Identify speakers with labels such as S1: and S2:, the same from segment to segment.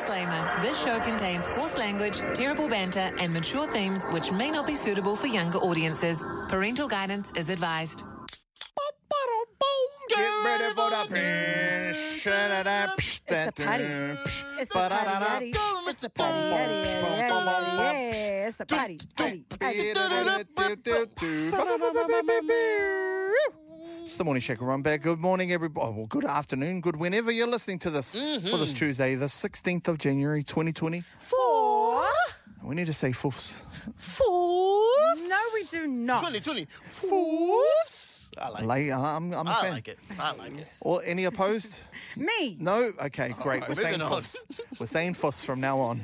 S1: Disclaimer This show contains coarse language, terrible banter, and mature themes which may not be suitable for younger audiences. Parental guidance is advised.
S2: Get ready for the pinch. Da-da-da, psh,
S3: It's the
S2: da-da,
S3: party.
S2: psh,
S3: It's the party,
S2: ba-da-da-da,
S3: daddy.
S2: boom,
S3: It's the
S2: bum,
S3: party,
S2: bum,
S3: daddy,
S2: bum,
S3: daddy,
S2: bum, bum, bum.
S3: yeah, it's the party, party, party.
S2: Do-do-do-do-do-do-do. Ba-da-ba-ba-ba-ba-ba. It's the morning shaker run back. Good morning, everybody. Oh, well, good afternoon, good whenever you're listening to this for this Tuesday, the 16th of January 2020.
S3: Four,
S2: We need to say foofs.
S3: No, we do not.
S4: 2020.
S2: Foofs?
S4: I like it.
S2: Like, uh, I'm, I'm a
S4: I
S2: fan.
S4: like it. I like it.
S2: Or any opposed?
S3: Me.
S2: No? Okay, great. We're saying
S4: moving on.
S2: foofs. We're saying foofs from now on.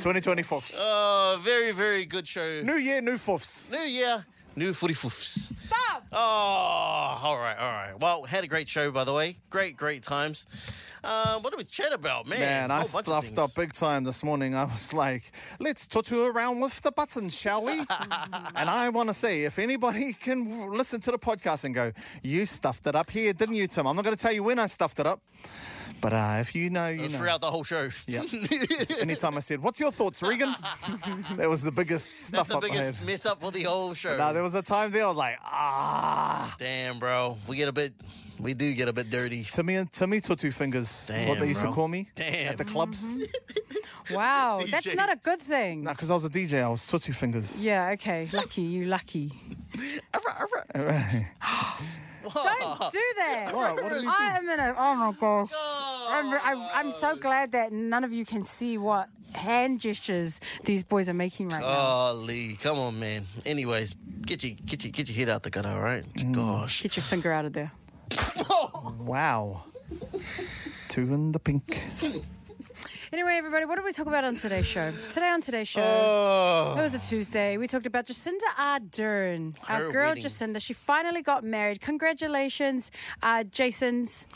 S2: 2020 foofs.
S4: Oh, very, very good show.
S2: New year, new foofs.
S4: New year, new footy foofs.
S3: Stop.
S4: Oh, all right, all right. Well, had a great show, by the way. Great, great times. Um, what did we chat about, man?
S2: Man, I
S4: Whole bunch of
S2: stuffed
S4: things.
S2: up big time this morning. I was like, let's totter around with the buttons, shall we? and I want to see if anybody can w- listen to the podcast and go, you stuffed it up here, didn't you, Tim? I'm not going to tell you when I stuffed it up, but uh, if you know, you know.
S4: throughout the whole show.
S2: Yeah. Anytime I said, what's your thoughts, Regan? that was the biggest stuff
S4: the
S2: up I had.
S4: biggest mess up for the whole show.
S2: Now, there was a time there I was like, ah.
S4: Damn, bro. We get a bit, we do get a bit dirty.
S2: Timmy and Timmy Tutu fingers is what
S4: Damn,
S2: they used to
S4: bro. Mm-hmm.
S2: call me
S4: Damn.
S2: at the clubs.
S3: Wow,
S4: DJ.
S3: that's not a good thing.
S2: Nah, because I was a DJ, I was Tutu fingers.
S3: Yeah, okay. Lucky, you lucky. Don't do that.
S2: Ah. What? Oh. What did you
S3: I am in a. Oh my gosh. I'm, re- I, I'm so glad that none of you can see what hand gestures these boys are making right
S2: Ah.
S3: now.
S4: Oh, Lee, come on, man. Anyways, get your get your get your head out the gutter, all right?
S2: Mm.
S4: Gosh.
S3: Get your finger out of there.
S2: Wow. Two in the pink.
S3: Anyway, everybody, what did we talk about on today's show? Today on today's show,
S4: Oh.
S3: it was a Tuesday. We talked about Jacinda Ardern, our
S4: Her
S3: girl
S4: wedding.
S3: Jacinda. She finally got married. Congratulations, uh, Jason's.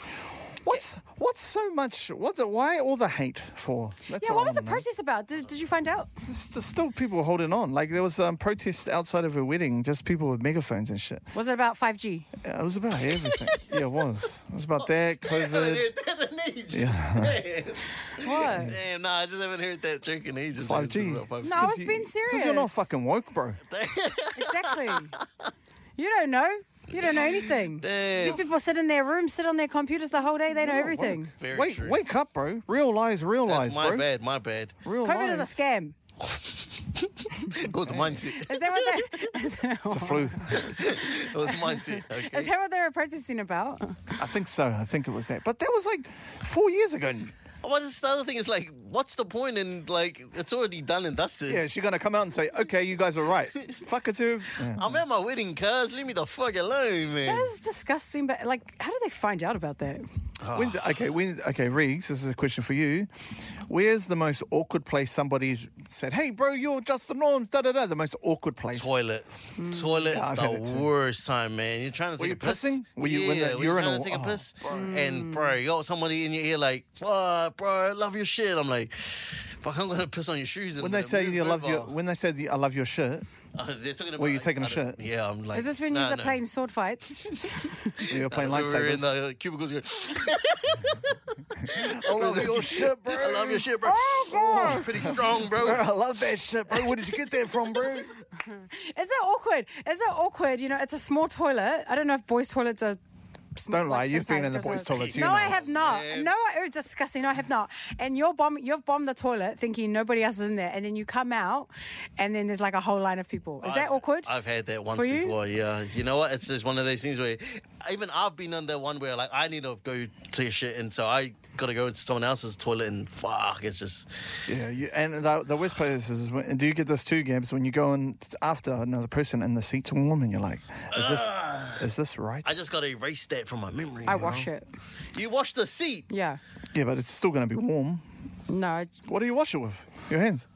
S2: What's what's so much? What's it, why all the hate for? That's
S3: Yeah, what
S2: I
S3: was the
S2: wanna know.
S3: process about? Did, did you find out?
S2: There's still people holding on. Like there was um, protests outside of her wedding, just people with megaphones and shit.
S3: Was it about 5G?
S2: It was about everything. yeah, it was. It was about that COVID,
S4: Yeah.
S3: What?
S4: Damn, nah, I just haven't heard that joke in ages.
S2: five G.
S4: It's about
S3: No, I was being serious.
S2: Because you're not fucking woke, bro.
S3: Exactly. you don't know. You don't know anything.
S4: Damn.
S3: These people sit in their rooms, sit on their computers the whole day. They know everything.
S4: Very
S2: Wait,
S4: true.
S2: wake up, bro. Real lies, real
S4: That's
S2: lies,
S4: my
S2: bro.
S4: bad, my bad.
S2: Real
S3: COVID
S2: lies.
S3: is a scam.
S4: It was mindset.
S3: Is that what they? Is that,
S2: It's a flu.
S4: It was mindset.
S3: is
S4: Okay.
S3: that what they were protesting about?
S2: I think so. I think it was that. But that was like four years ago.
S4: What is the other thing? Is like, what's the point in like? It's already done and dusted.
S2: Yeah, she's gonna come out and say, "Okay, you guys were right. Fuck it, too." Yeah.
S4: I'm at my wedding, cuz. Leave me the fuck alone, man.
S3: That is disgusting. But like, how did they find out about that?
S2: When's, okay, when, okay, Riggs, this is a question for you. Where's the most awkward place somebody's said, "Hey, bro, you're just the norms"? Da da da. The most awkward place.
S4: Toilet. Toilet
S2: Yeah,
S4: is
S2: I've had it
S4: the
S2: too.
S4: worst time, man. You're trying to take
S2: you
S4: a piss.
S2: pissing? Were you
S4: yeah,
S2: in the
S4: were you trying
S2: urinal?
S4: to take a
S2: Oh, Mm.
S4: piss? And bro, you got somebody in your ear like, fuck, bro, I love your shit. I'm like, fuck, I'm gonna piss on your shoes. in a
S2: When they
S4: minute.
S2: say
S4: Move
S2: you love
S4: over."
S2: your, when they say the, I love your shirt,
S4: Uh, they're talking about,
S2: Were you
S4: like,
S2: taking a
S4: I don't-
S2: shit?
S4: Yeah, I'm like.
S3: Is this when you
S4: nah,
S3: are
S4: no.
S3: playing sword fights?
S2: you're playing
S4: So we're in
S2: lightsabers.
S4: the cubicles. Going,
S2: I love your shit, bro.
S4: I love your shit, bro.
S2: God.
S4: Pretty strong,
S2: Bro,
S4: bro.
S2: I love that shit, bro. Where did you get that from, bro?
S3: Is it awkward? Is it awkward? You know, it's a small toilet. I don't know if boys' toilets are. sm-
S2: Don't lie, you've
S3: sometimes
S2: been in the
S3: because
S2: boys'
S3: of-
S2: toilets, you
S3: no,
S2: know.
S3: I have not.
S4: Yeah.
S3: No, I- oh, disgusting. No, I have not. And you're bomb, you've bombed the toilet thinking nobody else is in there, and then you come out, and then there's like a whole line of people. Is that
S4: I've-
S3: awkward?
S4: I've had that once
S3: For you?
S4: before. Yeah, you know what? It's just one of those things where even I've been on that one where like I need to go to your shit, and so I gotta go into someone else's toilet, and fuck, it's just
S2: Yeah, you, and the, the worst part is, is when, do you get this too, Gabs? When you go in t- after another person and the seat's warm, and you're like, "Is this is this right?"
S4: Ah. I just gotta erase that from my memory.
S3: I
S4: you know?
S3: wash it.
S4: You wash the seat.
S3: Yeah.
S2: yeah, but it's still going to be warm.
S3: No, I,
S2: What do you wash it with? Your hands,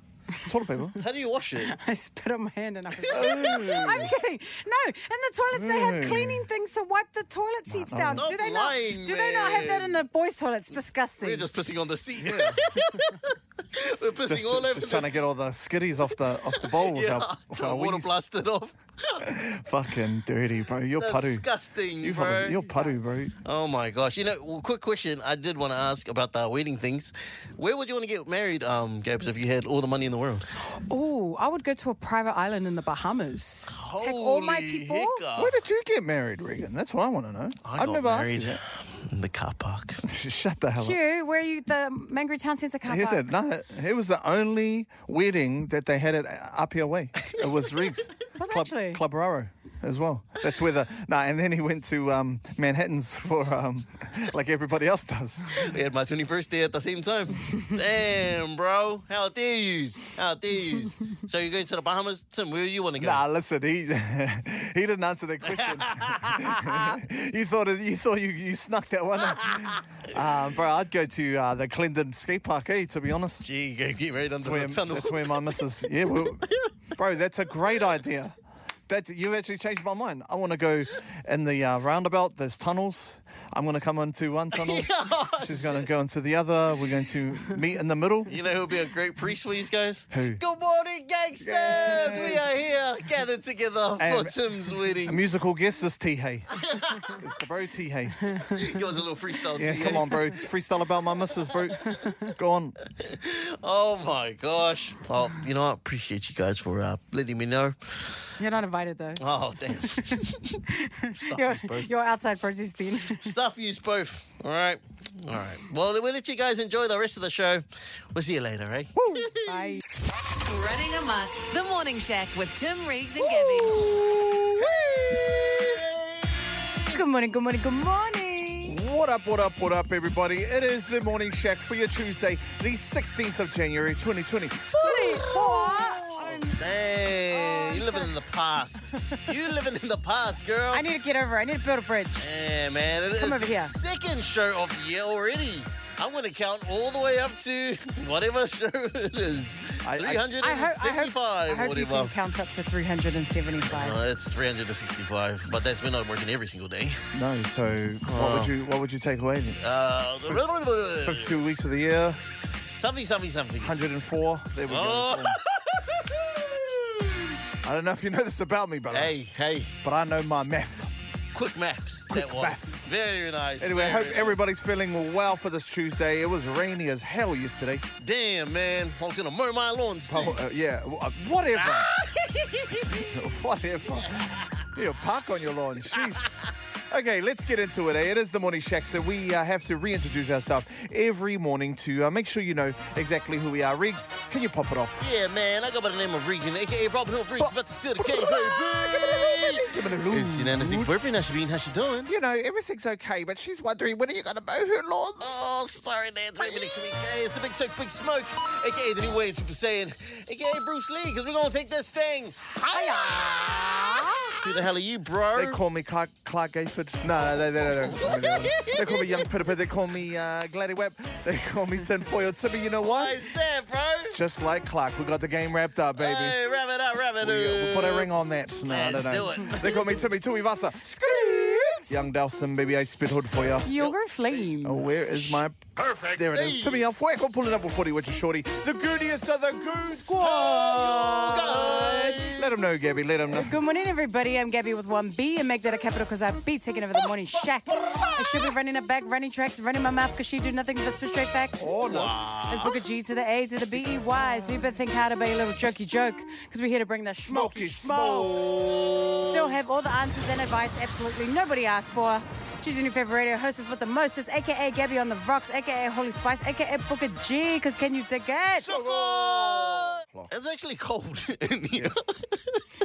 S2: toilet paper.
S4: How do you wash it?
S3: I spit on my hand and I. I'm kidding. No, in the toilets they have
S2: Ooh.
S3: cleaning things to wipe the toilet seats down.
S4: Stop
S3: do they not?
S4: lying,
S3: do they not have that
S4: man.
S3: in the boys' toilets? Disgusting.
S4: We're just pissing on the seat. We're pissing
S2: just,
S4: all over
S2: just
S4: the-
S2: trying to get all the skitties off the off the bowl with
S4: Yeah,
S2: our, with
S4: till
S2: our
S4: water
S2: wings.
S4: blasted off.
S2: Fucking dirty, bro. You're putty.
S4: Disgusting,
S2: You
S4: bro.
S2: fucking, you're putty, bro.
S4: Oh my gosh! You know, well, quick question. I did want to ask about the wedding things. Where would you want to get married, um, Gabs, if you had all the money in the world?
S3: Oh, I would go to a private island in the Bahamas. Take all my
S4: Holy
S3: people.
S4: hiccup.
S2: Where did you get married, Regan? That's what I want to know.
S4: I
S2: I've
S4: got
S2: never
S4: married
S2: asked you
S4: in the car park.
S2: that. Shut the hell up.
S3: Q, where are you? The Mangrove Town Centre car
S2: He
S3: park.
S2: said, no, it was the only wedding that they had it up your way. It was Riggs.
S3: Was it
S2: Club,
S3: actually?
S2: Club Raro as well. That's where the, no, and then he went to um, Manhattan's for, um, like everybody else does.
S4: We had my 21st day at the same time. Damn, bro. How dare you? How dare you? So you're going to the Bahamas? Tim, where you want to go?
S2: Nah, listen, he he didn't answer that question. you thought it- you thought you, you snuck that one, out. um, bro. I'd go to uh, the Clendon skate park, eh? To be honest,
S4: Gee, go get right under
S2: That's where-
S4: the tunnel.
S2: that's where my missus. Yeah, well, bro, that's a great idea. That you've actually changed my mind. I want to go in the uh, roundabout. There's tunnels. I'm going to come into one tunnel.
S4: oh,
S2: She's going to go into the other. We're going to meet in the middle.
S4: You know who'll be a great priest for these guys?
S2: Who?
S4: Good morning, gangsters! We are here, gathered together for
S2: And-
S4: Tim's
S2: A
S4: wedding.
S2: musical guest is T Hay. It's the bro T Hay.
S4: Give us a little freestyle
S2: Yeah,
S4: to you.
S2: come on, bro. Freestyle about my missus, bro. Go on.
S4: Oh my gosh. Well, you know, I appreciate you guys for uh, letting me know.
S3: You're not invited though.
S4: Oh, damn. Stuff
S3: You're,
S4: yous both.
S3: you're outside process then.
S4: Stuff yous both. All right. All right. Well, we'll let you guys enjoy the rest of the show. We'll see you later, eh?
S3: Bye.
S1: Running amok, the morning shack with Tim Reeves and Gabby.
S3: Good morning. Good morning. Good morning.
S2: What up, what up, what up, everybody? It is the Morning Shack for your Tuesday, the 16th of January, 2020.
S3: Forty-four.
S4: Oh, Dang. You're living in the past. you living in the past, girl.
S3: I need to get over. it. I need to build a bridge.
S4: Yeah, man, it is
S3: over
S4: the
S3: here.
S4: second show of the year already. I'm going to count all the way up to whatever show it is.
S2: I- I-
S3: I hope. I hope,
S4: 375
S3: I
S4: or
S3: hope you
S4: whatever.
S3: can count up to three hundred and seventy-five.
S4: Uh, it's 365, but that's we're not working every single day.
S2: No, so what would you what would you take away then?
S4: Uh,
S2: 52 weeks of the year,
S4: something, something, something.
S2: 104. There we
S4: Oh.
S2: go. I don't know if you know this about me, but,
S4: hey, hey,
S2: but I know my math.
S4: quick maths. that was
S2: maths.
S4: very nice.
S2: Anyway, I
S4: very
S2: hope everybody's feeling well for this Tuesday. It was rainy as hell yesterday.
S4: nice. Damn, man, I was gonna mow my lawns too.
S2: Oh, uh, yeah, w- uh, whatever. whatever. You park on your lawn, sheesh. Okay, let's get into it. eh? It is the Morning Shack, so we uh, have to reintroduce ourselves every morning to uh, make sure you know exactly who we are. Riggs, can you pop it off?
S4: Yeah, man, I go by the name of Regan, aka Robin Hood Reeks, but to steal the game,
S2: Give it a
S4: baby.
S2: loot.
S4: It's Nana's ex-boyfriend, how she been, how she doing?
S2: You know, everything's okay, but she's wondering when are you going to mow her lawn?
S4: Oh, sorry, Nance. Maybe next week. Hey, it's the Big Tech Big Smoke, aka the new way of Super Saiyan, aka Bruce Lee, because we're going to take this thing higher. Who the hell are you, bro?
S2: They call me Clark, Clark Gayford. No, no, they, they, they don't call me that one. They call me Young Pittiper. They call me uh, Gladdy Webb. They call me Tinfoil Tibby. You know
S4: Why
S2: what?
S4: is that, bro?
S2: Just like Clark, we got the game wrapped up, baby.
S4: Hey, wrap it up, wrap it
S2: We, uh,
S4: up.
S2: we put a ring on that. No,
S4: Let's
S2: no, no.
S4: do it.
S2: They call me Timmy Tui Vasa. Young Delson, baby, I spit hood for ya.
S3: You're flame.
S2: Oh, where is my.
S4: Perfect.
S2: There it is. Timmy Alfueco pulling up with 40, which is shorty. The goodiest of the goods.
S3: Squad.
S2: Let him know, Gabby. Let him know.
S3: Good morning, everybody. I'm Gabby with 1B and make that a capital because I be taking over the morning shack. I should be running a back, running tracks, running my mouth because she do nothing but spit straight facts.
S2: Oh, no.
S3: It's Booker G to the A to the B E Y. So you better think hard about your little jokey joke because we're here to bring the
S2: Smoky
S3: smoky smoke.
S2: smoke.
S3: Still have all the answers and advice absolutely nobody asked for. She's your new favorite radio hostess with the mostest, aka Gabby on the rocks, aka Holy Spice, aka Booker G. Because can you dig it?
S4: It's actually cold in here.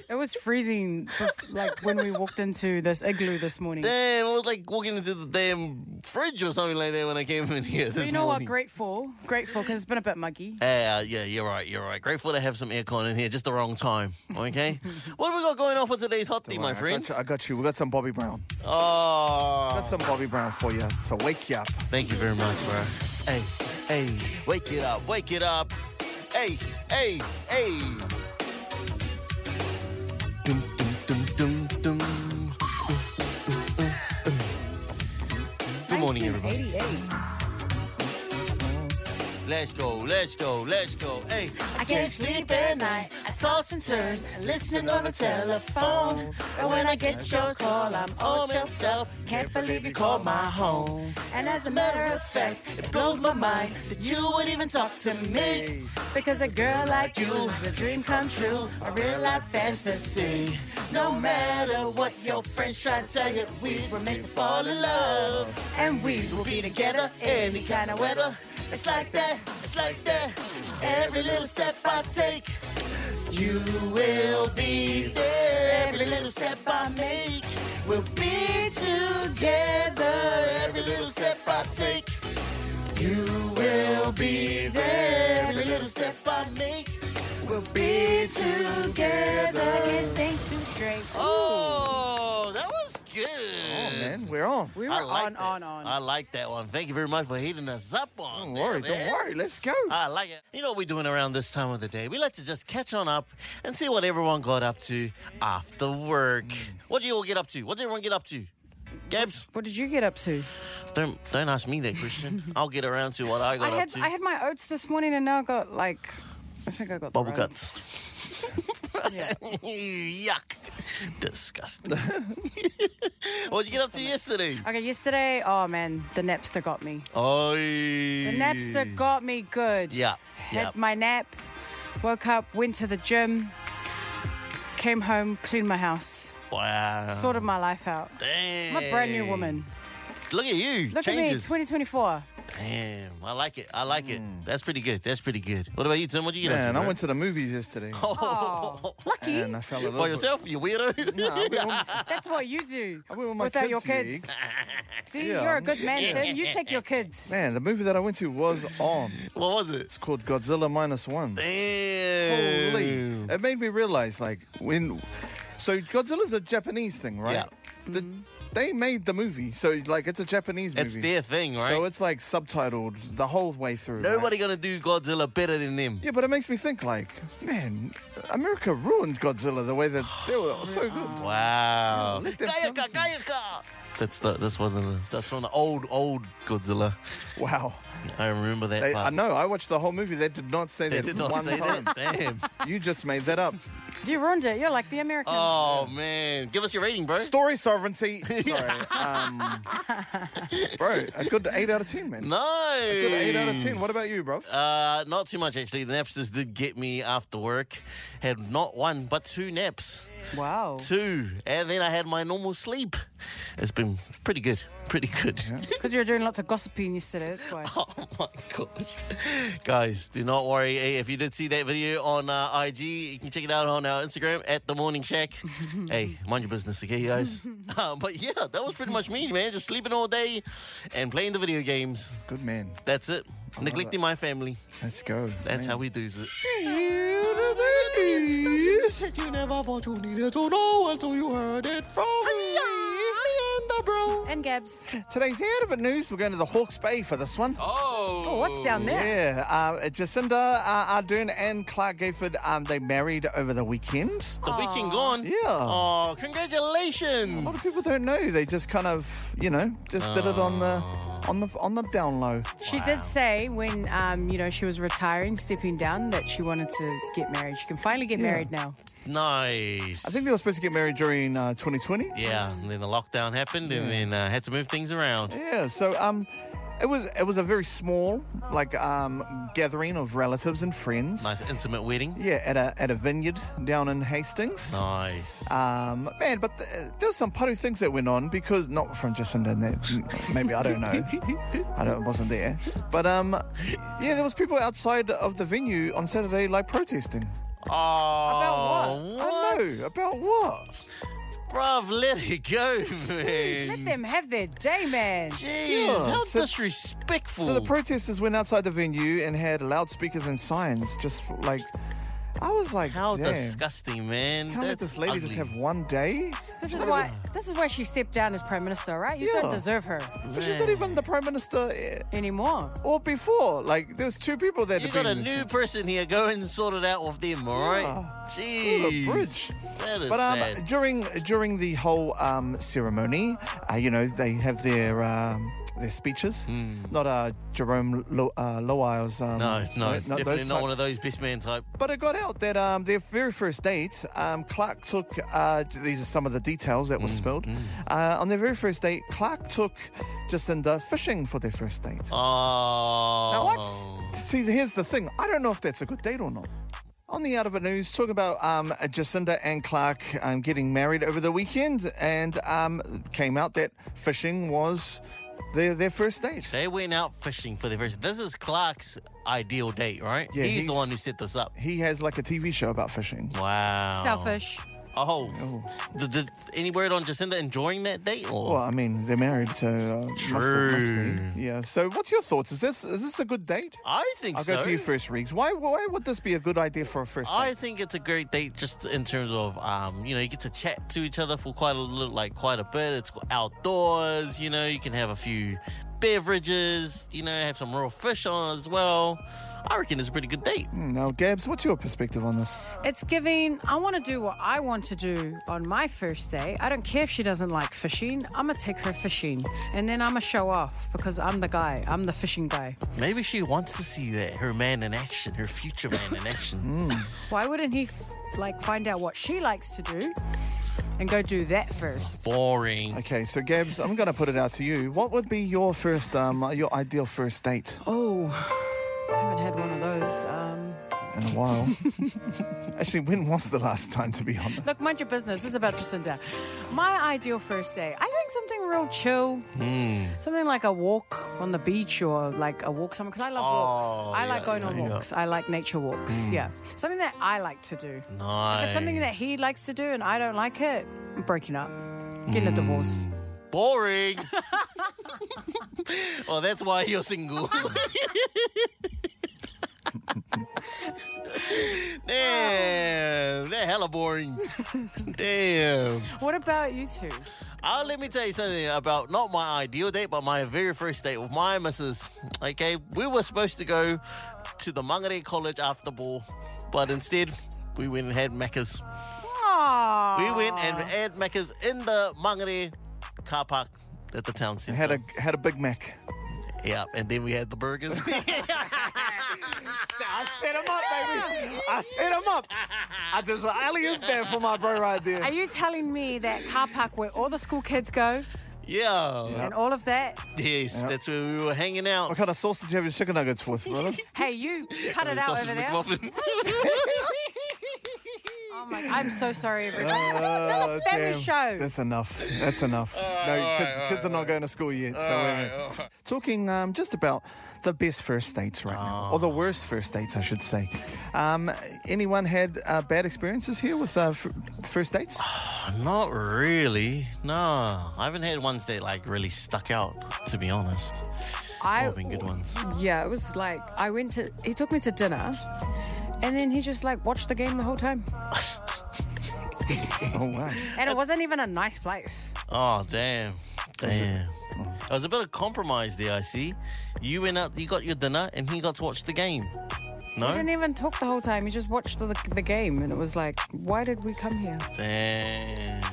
S3: It was freezing like when we walked into this igloo this morning.
S4: Damn, I was like walking into the damn fridge or something like that when I came in here.
S3: But you know what? Grateful, grateful, because it's been a bit muggy.
S4: Uh, yeah, you're right, you're right. Grateful to have some aircon in here, just the wrong time, okay? what have we got going on for today's hot thing, my
S2: I got,
S4: friend?
S2: you, I got you. We got some Bobby Brown.
S4: Oh,
S2: Got some Bobby Brown for you to wake you up.
S4: thank you very much, bro. Hey, hey, wake it up, wake it up. Hey, hey, hey. Dum, dum, dum, dum, dum. Good morning, everybody.
S3: 1988.
S4: Let's go, let's go, let's go. Hey,
S3: I can't sleep at night. I toss and turn, listen on the telephone. And when I get your call, I'm all jumped up. Can't believe you called my home. And as a matter of fact, it blows my mind that you would even talk to me. Because a girl like you is a dream come true, a real life fantasy. No matter what your friends try to tell you, we were meant to fall in love. And we will be together any kind of weather. It's like that, it's like that. Every little step I take, you will be there. Every little step I make, we'll be together. Every little step I take, you will be there. Every little step I make, we'll be together. I can't think too straight.
S4: oh, that was good.
S2: Oh, man, we're on.
S3: We
S4: I like that. I like that one. Thank you very much for heating us up on.
S2: Don't worry,
S4: that,
S2: don't
S4: man.
S2: worry. Let's go.
S4: I like it. You know what we're doing around this time of the day? We like to just catch on up and see what everyone got up to after work.
S2: Mm.
S4: What do you all get up to? What did everyone get up to? Gabs,
S3: What did you get up to?
S4: don't don't ask me that question. I'll get around to what I
S3: I
S4: got up
S3: had
S4: to.
S3: I had my oats this morning and now I got like I think I got the
S4: Bubble
S3: right-
S4: guts. Yuck. Disgusting. what did you get up to yesterday?
S3: Okay, yesterday, oh man, the Napster got me.
S4: Oh,
S3: The Napster got me good.
S4: Yeah, yeah.
S3: Had my nap, woke up, went to the gym, came home, cleaned my house,
S4: Wow.
S3: sorted my life out.
S4: Damn.
S3: I'm a brand new woman.
S4: Look at you.
S3: Look
S4: Changes.
S3: at me, 2024.
S4: Damn. I like it. I like it. That's pretty good. That's pretty good. What about you, Tim? What did you get up
S2: Mm. Man,
S4: to?
S2: I
S4: bro?
S2: went to the movies yesterday.
S3: Oh, lucky.
S2: And I fell in love.
S4: By
S2: with-
S4: yourself, you weirdo.
S2: Nah, I went with-
S3: That's what you do
S2: I went with my
S3: without
S2: kids.
S3: your
S2: yeah.
S3: kids. See,
S2: Yeah.
S3: you're a good man, Tim. You take your kids.
S2: Man, the movie that I went to was on.
S4: what was it?
S2: It's called Godzilla Minus One.
S4: Damn.
S2: Holy. It made me realize, like, when. So, Godzilla's a Japanese thing, right?
S4: Yeah.
S2: The- they made the movie, so, like, it's a Japanese movie.
S4: It's their thing, right?
S2: So, it's, like, subtitled the whole way through. right?
S4: Nobody gonna do Godzilla better than them.
S2: Yeah, but it makes me think, like, man, America ruined Godzilla the way that they were so good.
S4: Wow.
S2: Let them
S4: Gaiaka,
S2: tell us.
S4: Gaiaka. That's the that's one of the that's from the old old Godzilla.
S2: Wow.
S4: I remember that
S2: They,
S4: part.
S2: I know, I watched the whole movie. They did not say
S4: They
S2: that
S4: did not
S2: one
S4: say
S2: time.
S4: that. Damn.
S2: You just made that up.
S3: You ruined it. You're like the Americans.
S4: Oh man, give us your rating, bro.
S2: Story sovereignty. Sorry. Um, bro, a good 8 out of 10, man.
S4: No.
S2: Good 8 out of 10. What about you, bro?
S4: Uh, not too much actually. The napsters did get me after work. Had not one but two naps.
S3: Wow.
S4: Two, and then I had my normal sleep. It's been pretty good. Pretty good.
S3: Because you were doing lots of gossiping yesterday. That's why.
S4: Oh my gosh. Guys, do not worry. Hey, if you did see that video on uh, IG, you can check it out on our Instagram at The Morning Shack. hey, mind your business, okay, guys? um, but yeah, that was pretty much me, man. Just sleeping all day and playing the video games.
S2: Good man.
S4: That's it. Neglecting my family.
S2: Let's go.
S4: That's
S2: man.
S4: how we do it.
S3: And Gabs.
S2: Today's out of it news. We're going to the Hawke's Bay for this one.
S3: Oh, what's down there?
S2: Yeah, uh, Jacinda uh, Ardern and Clark Gayford, um, they married over the weekend.
S4: The weekend gone.
S2: Yeah.
S4: Oh,
S2: A lot
S4: congratulations.
S2: of people don't know. They just kind of, you know, just did it on the
S4: Oh.
S2: on the on the down low.
S3: She did say when um, you know she was retiring, stepping down, that she wanted to get married. She can finally get married now.
S4: Nice.
S2: I think they were supposed to get married during uh, 2020.
S4: Yeah, and then the lockdown happened, and then uh, had to move things around.
S2: Yeah, so um, it was it was a very small like um gathering of relatives and friends.
S4: Nice intimate wedding.
S2: Yeah, at a at a vineyard down in Hastings.
S4: Nice.
S2: Um, man, but th- there was some paru things that went on because not from Jacinda and that maybe I don't know, I don't, wasn't there. But um, yeah, there was people outside of the venue on Saturday like protesting.
S4: oh, about
S3: what?
S2: I know about what?
S4: Bruv, let it go,
S3: Let
S4: man.
S3: them have their day, man.
S4: Jeez,
S2: Yeah,
S4: how
S2: so-
S4: disrespectful.
S2: So the protesters went outside the venue and had loudspeakers and signs, just for, like I was like,
S4: how
S2: damn,
S4: disgusting, man.
S2: can't let
S4: That's
S2: this lady just
S4: ugly.
S2: have one day.
S3: This is why. This is why she stepped down as prime minister, right? You don't
S2: Yeah.
S3: deserve her
S2: But she's not
S4: Man.
S2: even the prime minister eh,
S3: anymore.
S2: or before. Like there was two people there.
S4: You got a new person here. Go and sort it out with them, all right? Jeez,
S2: bridge.
S4: That is
S2: But um,
S4: sad.
S2: during during the whole um, ceremony, uh, you know, they have their um, their speeches. Not uh, Jerome Lu- uh, Luai's. Um,
S4: Hmm. No, no,
S2: right? Not
S4: definitely
S2: those
S4: not one of
S2: types.
S4: those best man type.
S2: But it got out that um, their very first date, um, Clark took. Uh, these are some of the details that were spilled. Uh, on their very first date, Clark took Jacinda fishing for their first date.
S4: Oh.
S2: Now what? See, here's the thing. I don't know if that's a good date or not. On the Out of It News, talk about um, Jacinda and Clark um, getting married over the weekend, and um, came out that fishing was their their first date.
S4: They went out fishing for their first. This is Clark's ideal date, right?
S2: Yeah,
S4: he's, the
S2: he's-
S4: one who set this up.
S2: He has like a TV show about fishing.
S4: Wow.
S3: Selfish.
S4: Oh. Did, did- any word on Jacinda enjoying that date? Or?
S2: Well, I mean, they're married, so uh, must-
S4: True.
S2: Must, be. Yeah. So, what's your thoughts? Is this is this a good date?
S4: I think
S2: I'll
S4: so.
S2: go to you first, Riggs. Why why would this be a good idea for a first
S4: I
S2: date?
S4: think it's a great date just in terms of um, you know, you get to chat to each other for quite a little like quite a bit. It's outdoors, you know, you can have a few beverages, you know, have some raw fish on as well. I reckon it's a pretty good date.
S2: Hmm, now, Gabs, what's your perspective on this?
S3: It's giving, I want to do what I want to do on my first day. I don't care if she doesn't like fishing. I'm going to take her fishing. And then I'm going to show off because I'm the guy. I'm the fishing guy.
S4: Maybe she wants to see that her man in action, her future man in action.
S3: Why wouldn't he, f- like, find out what she likes to do and go do that first?
S4: Boring.
S2: Okay, so Gabs, I'm going to put it out to you. What would be your first, um, your ideal first date
S3: Oh, I haven't had one of those. Um,
S2: in a while? Actually, when was the last time, to be honest?
S3: look, mind your business. This is about Jacinda. My ideal first day, I think something real chill.
S4: Hmm.
S3: Something like a walk on the beach or like a walk somewhere. Because I love
S4: Oh,
S3: walks. I like
S4: yeah,
S3: going on
S4: yeah, yeah.
S3: walks. I like nature walks. Yeah. Something that I like to do. If
S4: Nice.
S3: it's something that he likes to do and I don't like it, I'm breaking up. Getting a
S4: Hmm.
S3: divorce.
S4: boring. well, that's why you're single. Damn, that hella boring. Damn.
S3: What about you two?
S4: Uh, let me tell you something about not my ideal date, but my very first date with my missus. Okay, we were supposed to go to the Mangere College after ball, but instead we went and had Macca's.
S3: Aww.
S4: We went and had Macca's in the Mangere car park at the town centre.
S2: Had a had a Big Mac.
S4: Yeah, and then we had the burgers.
S2: I set him up, baby. I set him up. I just alley ooped that for my bro right
S3: Are
S2: there.
S3: you telling me that car park where all the school kids go
S4: yeah.
S3: and all of that?
S4: Yes, that's where we were hanging out.
S2: What kind of sausage have your chicken nuggets with, brother?
S3: Hey, you cut it
S4: With
S3: out
S4: sausage
S3: over there.
S4: McMuffin.
S3: Oh my, I'm so sorry, everyone.
S2: Uh,
S3: That's a family
S2: damn.
S3: show.
S2: That's enough. That's enough. no, kids, kids are not going to school yet. so we're talking um, just about the best first dates right now, or the worst first dates, I should say. Um, anyone had uh, bad experiences here with uh, f- first dates?
S4: Oh, Uh, Not really. No, I haven't had ones that like really stuck out. To be honest,
S3: I,
S4: all been good ones.
S3: yeah, it was like I went to. He took me to dinner, and then he just like watched the game the whole time,
S2: oh wow.
S3: and it wasn't even a nice place.
S4: Oh damn, damn. There was a bit of compromise there. I see. You went out, you got your dinner, and he got to watch the game.
S3: He didn't
S4: No,
S3: even talk the whole time. He just watched the, the game, and it was like, why did we come here?
S4: damn.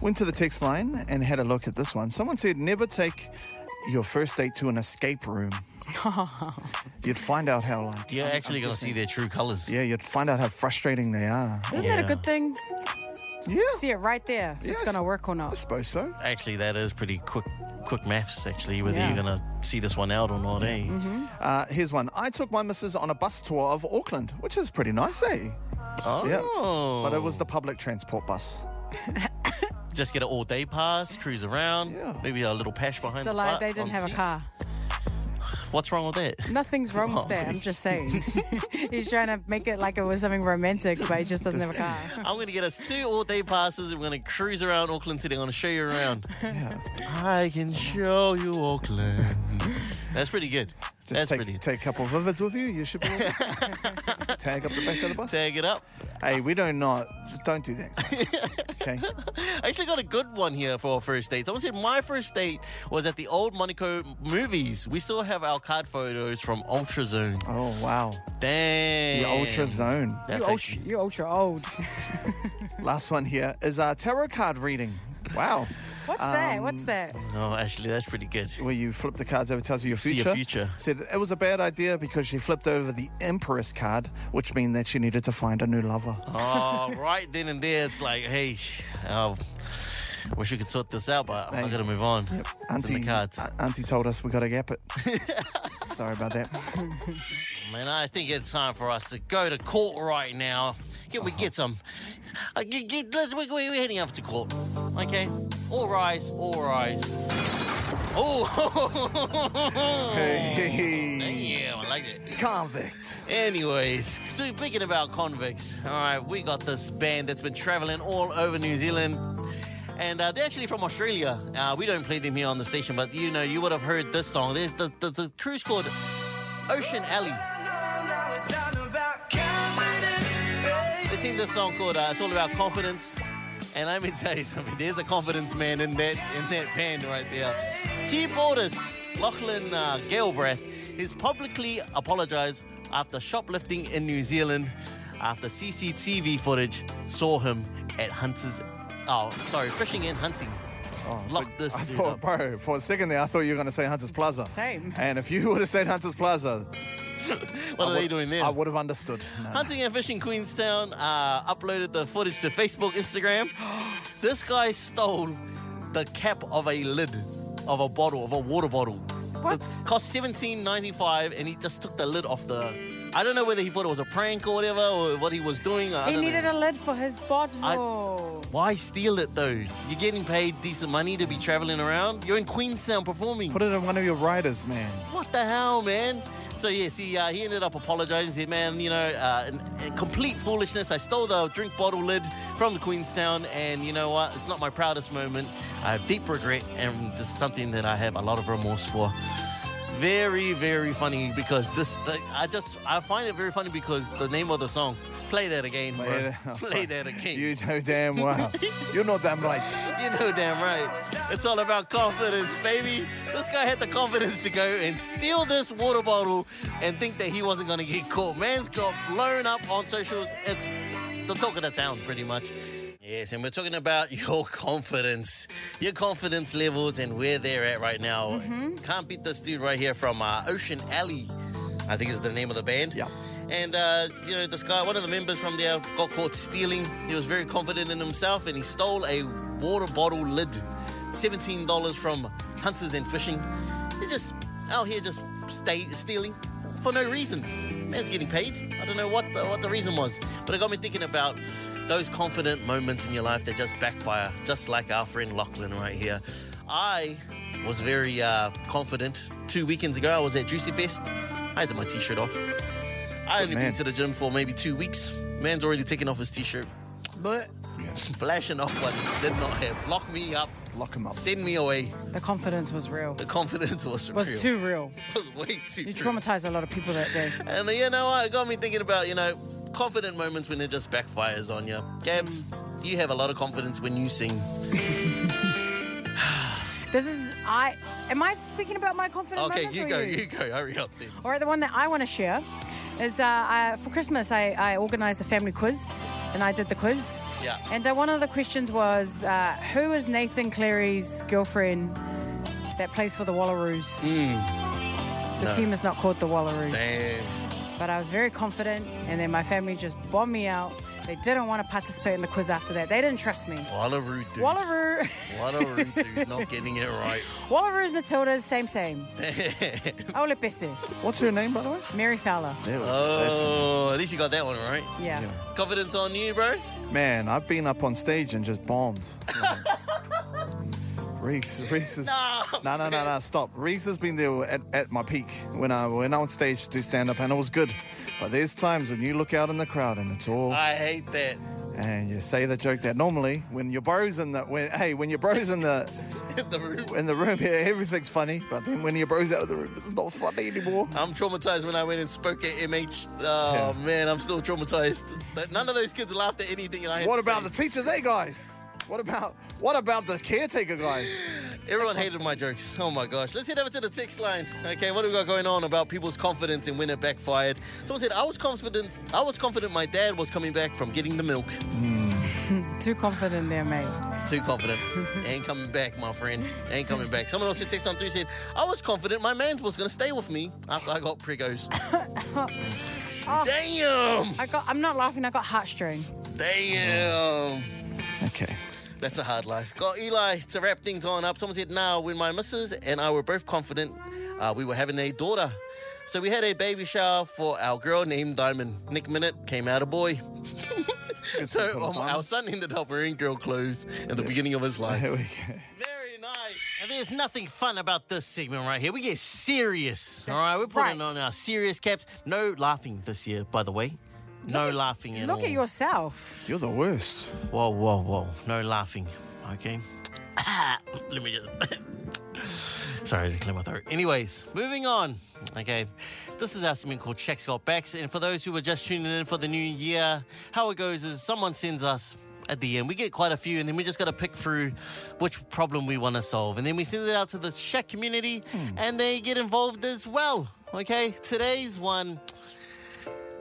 S2: Went to the text line and had a look at this one. Someone said, never take your first date to an escape room. you'd find out how like
S4: You're actually gonna see their true colors.
S2: yeah, you'd find out how frustrating they are.
S3: Isn't that
S4: Yeah.
S3: a good thing?
S2: Yeah,
S3: See it right there. If
S2: Yes.
S3: It's gonna work or
S2: I
S3: not.
S2: suppose so.
S4: Actually, that is pretty quick, quick maths. Actually, whether
S3: Yeah.
S4: you're gonna see this one out or not, eh?
S2: Uh, here's one. I took my missus on a bus tour of Auckland, which is pretty nice, eh?
S4: Oh,
S2: Yeah. But it was the public transport bus.
S4: just get an all day pass, cruise around,
S2: Yeah.
S4: maybe a little patch behind
S3: So
S4: the
S3: like,
S4: butt
S3: they
S4: on
S3: didn't have a
S4: seats.
S3: car.
S4: What's wrong with that?
S3: Nothing's wrong with that. I'm just saying. He's trying to make it like it was something romantic, but he just doesn't have a car.
S4: I'm going to get us two all day passes and we're going to cruise around Auckland City. I'm going to show you around. I can show you Auckland. That's pretty good.
S2: Just
S4: That's
S2: take,
S4: pretty
S2: take a couple of vivids with you. You should be all good. Just tag up the back of the bus.
S4: Tag it up.
S2: Hey, we don't not don't do that. okay.
S4: I actually got a good one here for our first date. Someone said my first date was at the old Monaco movies. We still have our card photos from Ultra Zone.
S2: Oh wow.
S4: Damn.
S2: The Oh, ultra zone.
S4: That's
S3: You're
S4: actually-
S3: ultra, you're ultra old.
S2: Last one here is our tarot card reading. Wow.
S3: What's that? What's that?
S4: No, actually, that's pretty good.
S2: Where you flip the cards over, tells you your
S4: See
S2: future.
S4: your future.
S2: Said it was a bad idea because she flipped over the Empress card, which meant that she needed to find a new lover.
S4: Oh, right then and there, it's like, hey, um, wish we could sort this out, but I
S2: Hey.
S4: gotta move on. It's in the cards.
S2: A- Auntie told us we got to gap it. Sorry about that.
S4: Man, I think it's time for us to go to court right now. Can we get some? Uh, get, get, let's, we, we, we're heading up to court. Okay? All rise, all rise. Oh,
S2: Hey,
S4: yeah, I like it.
S2: convict.
S4: Anyways, speaking about convicts, all right, we got this band that's been traveling all over New Zealand. And uh, they're actually from Australia. Uh, we don't play them here on the station, but you know, you would have heard this song. They- The, the, the crew's called Ocean Alley. They sing this song called uh, It's All About Confidence. And let me tell you something, there's a confidence man in that in that band right there. Keyboardist Lachlan uh, Galbraith has publicly apologised after shoplifting in New Zealand after CCTV footage saw him at Hunters. Oh, sorry, fishing and hunting. Lock this
S2: Oh, I
S4: dude
S2: thought,
S4: up.
S2: bro, for a second there, I thought you were going to say Hunters Plaza.
S3: Same.
S2: And if you would have said Hunters Plaza,
S4: What are
S2: I
S4: they
S2: would-
S4: doing there?
S2: I would have understood. No.
S4: Hunting and Fishing Queenstown uh, uploaded the footage to Facebook, Instagram. this guy stole the cap of a lid of a bottle, of a water bottle.
S3: What?
S4: It cost seventeen ninety five, and he just took the lid off the. I don't know whether he thought it was a prank or whatever, or what he was doing. I
S3: He
S4: don't know.
S3: needed Oh. a lid for his bottle.
S4: Why steal it though? You're getting paid decent money to be traveling around. You're in Queenstown performing.
S2: Put it in one of your riders, man.
S4: What the hell, man? So yes, he uh, he ended up apologising. Said, man, you know, uh, in- in complete foolishness. I stole the drink bottle lid from the Queenstown, and you know what? It's not my proudest moment. I have deep regret, and this is something that I have a lot of remorse for. Very, very funny because this. The, I just I find it very funny because the name of the song. Play that again, bro.
S2: Play that-
S4: Play that again.
S2: You know damn well. You're not damn right.
S4: You know damn right. It's all about confidence, baby. This guy had the confidence to go and steal this water bottle and think that he wasn't going to get caught. Man's got blown up on socials. It's the talk of the town, pretty much. Yes, and we're talking about your confidence, your confidence levels, and where they're at right now. Can't beat this dude right here from uh, Ocean Alley, I think is the name of the band.
S2: Yeah.
S4: And uh, you know, this guy, one of the members from there, got caught stealing. He was very confident in himself, and he stole a water bottle lid, seventeen dollars from hunters and fishing. He just out here just stay stealing for no reason. Man's getting paid. I don't know what the, what the reason was, but it got me thinking about those confident moments in your life that just backfire, just like our friend Lachlan right here. I was very uh, confident. Two weekends ago, I was at Juicy Fest. I had my t-shirt off. I only
S2: man.
S4: been to the gym for maybe two weeks. Man's already taken off his t-shirt,
S3: But
S4: flashing off what he did not have. Lock me up,
S2: Lock him up.
S4: send me away.
S3: the confidence was real.
S4: The confidence was
S3: was
S4: real.
S3: too real.
S4: was way too.
S3: You
S4: real.
S3: traumatized a lot of people that day.
S4: And uh, you know what? It got me thinking about, you know, confident moments when it just backfires on you. Gabs,
S3: Mm.
S4: you have a lot of confidence when you sing.
S3: This is I. Am I speaking about my confidence?
S4: Okay,
S3: moments
S4: you
S3: or
S4: go, you go. Hurry up then.
S3: All right, the one that I want to share is uh, I, for Christmas, I, I organized a family quiz and I did the quiz.
S4: Yeah.
S3: And uh, one of the questions was uh, Who is Nathan Cleary's girlfriend that plays for the Wallaroos? The
S4: Hmm. No.
S3: team is not called the Wallaroos.
S4: Damn.
S3: But I was very confident, and then my family just bombed me out. They didn't want to participate in the quiz after that. They didn't trust me.
S4: What a rude dude.
S3: Wallaroo,
S4: What a rude dude. Not getting it right.
S3: Wallaroos, Matildas, same, same. Ole Pese,
S2: What's her name, by the way?
S3: Mary Fowler.
S2: There we go.
S4: Oh, at least you got that one right.
S3: Yeah.
S2: Yeah.
S4: Confidence on you, bro.
S2: That's- Man, I've been up on stage and just bombed. Reeks, Reeks is.
S4: No.
S2: No, no, no, no, stop. Reeks has been there at, at my peak when I went on stage to do stand up and it was good. But there's times when you look out in the crowd and it's all
S5: Uh.
S4: I hate that.
S2: and you say the joke that normally when your bros in the when hey when your bros in the
S4: the room.
S2: in the room yeah, everything's funny but then when your bros out of the room it's not funny anymore.
S4: I'm traumatized when I went and spoke at MH. Oh
S2: Yeah.
S4: man, I'm still traumatized. But None of those kids laughed at anything I. Had
S2: What
S4: to
S2: about
S4: say.
S2: eh, the teachers, hey guys? What about what about the caretaker guys?
S5: Everyone hated my jokes. Oh my gosh. Let's head over to the text line. Okay, what do we got going on about people's confidence and when it backfired? Someone said, I was confident I was confident my dad was coming back from getting the milk.
S3: Too confident there, mate.
S5: Too confident. Ain't coming back, my friend. Ain't coming back. Someone else who texted on through said, I was confident my man was gonna stay with me after I got pregos. Damn!
S3: I got. I'm not laughing. I got heart strain.
S5: Damn!
S2: Okay.
S5: That's a hard life. Got Eli to wrap things on up. Someone said, "Now, when my missus and I were both confident, uh, we were having a daughter, so we had a baby shower for our girl named Diamond. Nick Minute came out a boy." So um, our son ended up wearing girl clothes at the beginning of his life.
S2: Here we go.
S5: Very nice.
S4: And there's nothing fun about this segment right here. We get serious. All right, we're putting
S3: right.
S4: on our serious caps. No laughing this year, by the way. No laughing at all.
S3: Look at yourself.
S2: You're the worst.
S4: Whoa, whoa, whoa. No laughing. Okay. Let me just. Sorry, I just cleared my throat. Anyways, moving on. Okay, this is our segment called Check's Got Backs. And for those who were just tuning in for the new year, how it goes is someone sends us a DM. We get quite a few, and then we just got to pick through which problem we want to solve. And then we send it out to the Shack community, and they get involved as well. Okay, today's one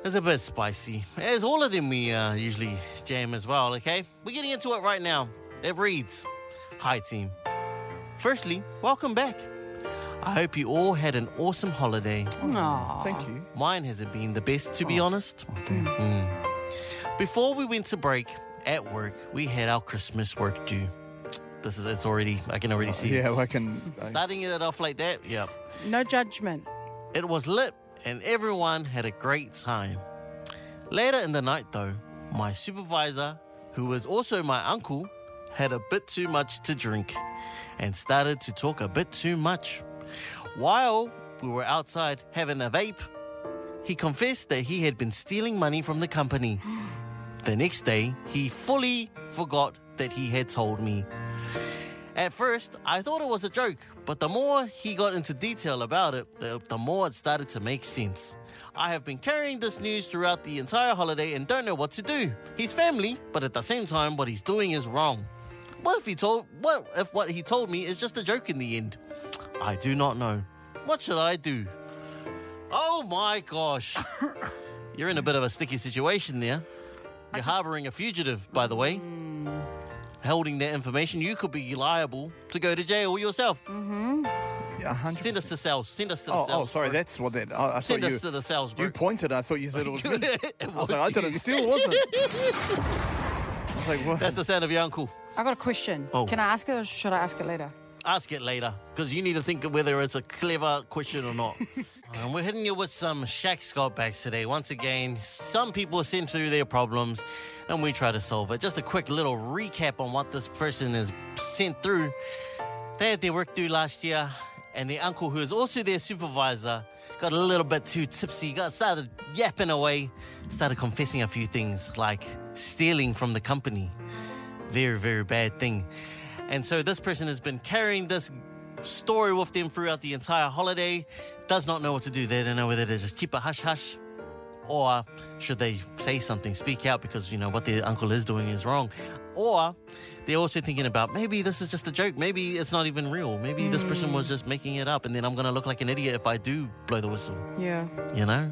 S4: it's a bit spicy, as all of them we uh, usually jam as well, okay? We're getting into it right now. It reads Hi, team. Firstly, welcome back. I hope you all had an awesome holiday.
S3: Aw.
S2: Thank you.
S4: Mine hasn't been the best, to be honest.
S2: damn.
S4: Mm. Before we went to break at work, we had our Christmas work due. This is, it's already, I can already see
S2: Oh, Yeah,
S4: it's-
S2: well, I can. I,
S4: Starting it off like that, yep.
S3: No judgment.
S4: It was lit and everyone had a great time. Later in the night, though, my supervisor, who was also my uncle, had a bit too much to drink and started to talk a bit too much. While we were outside having a vape, he confessed that he had been stealing money from the company. The next day, he fully forgot that he had told me. At first, I thought it was a joke, but the more he got into detail about it, the, the more it started to make sense. I have been carrying this news throughout the entire holiday and don't know what to do. He's family, but at the same time, what he's doing is wrong. What if he told what if what he told me is just a joke in the end? I do not know. What should I do? Oh my gosh. You're in a bit of a sticky situation there. You're harboring a fugitive, by the way holding that information, you could be liable to go to jail yourself.
S2: yeah, 100%.
S4: Send us to cells. Send us to the
S2: oh,
S4: cells.
S2: oh, sorry. That's what that. I, I thought
S4: Send
S2: you.
S4: us to the cells, bro.
S2: you pointed. I thought you said it was me. I was like, I didn't
S4: you.
S2: steal, was it? I was like, what?
S4: That's the sound of your uncle.
S3: I got a question.
S4: Oh.
S3: Can I ask it or should I ask it later?
S4: Ask it later, because you need to think of whether it's a clever question or not. and we're hitting you with some Shaq Scott bags today. Once again, some people send through their problems and we try to solve it. Just a quick little recap on what this person has sent through. They had their work due last year, and their uncle, who is also their supervisor, got a little bit too tipsy, got started yapping away, started confessing a few things like stealing from the company. Very, very bad thing. And so this person has been carrying this story with them throughout the entire holiday, does not know what to do. They don't know whether to just keep a hush hush or should they say something, speak out because you know what their uncle is doing is wrong, or they're also thinking about maybe this is just a joke, maybe it's not even real, maybe this person was just making it up, and then I'm gonna look like an idiot if I do blow the whistle.
S3: Yeah.
S4: You know,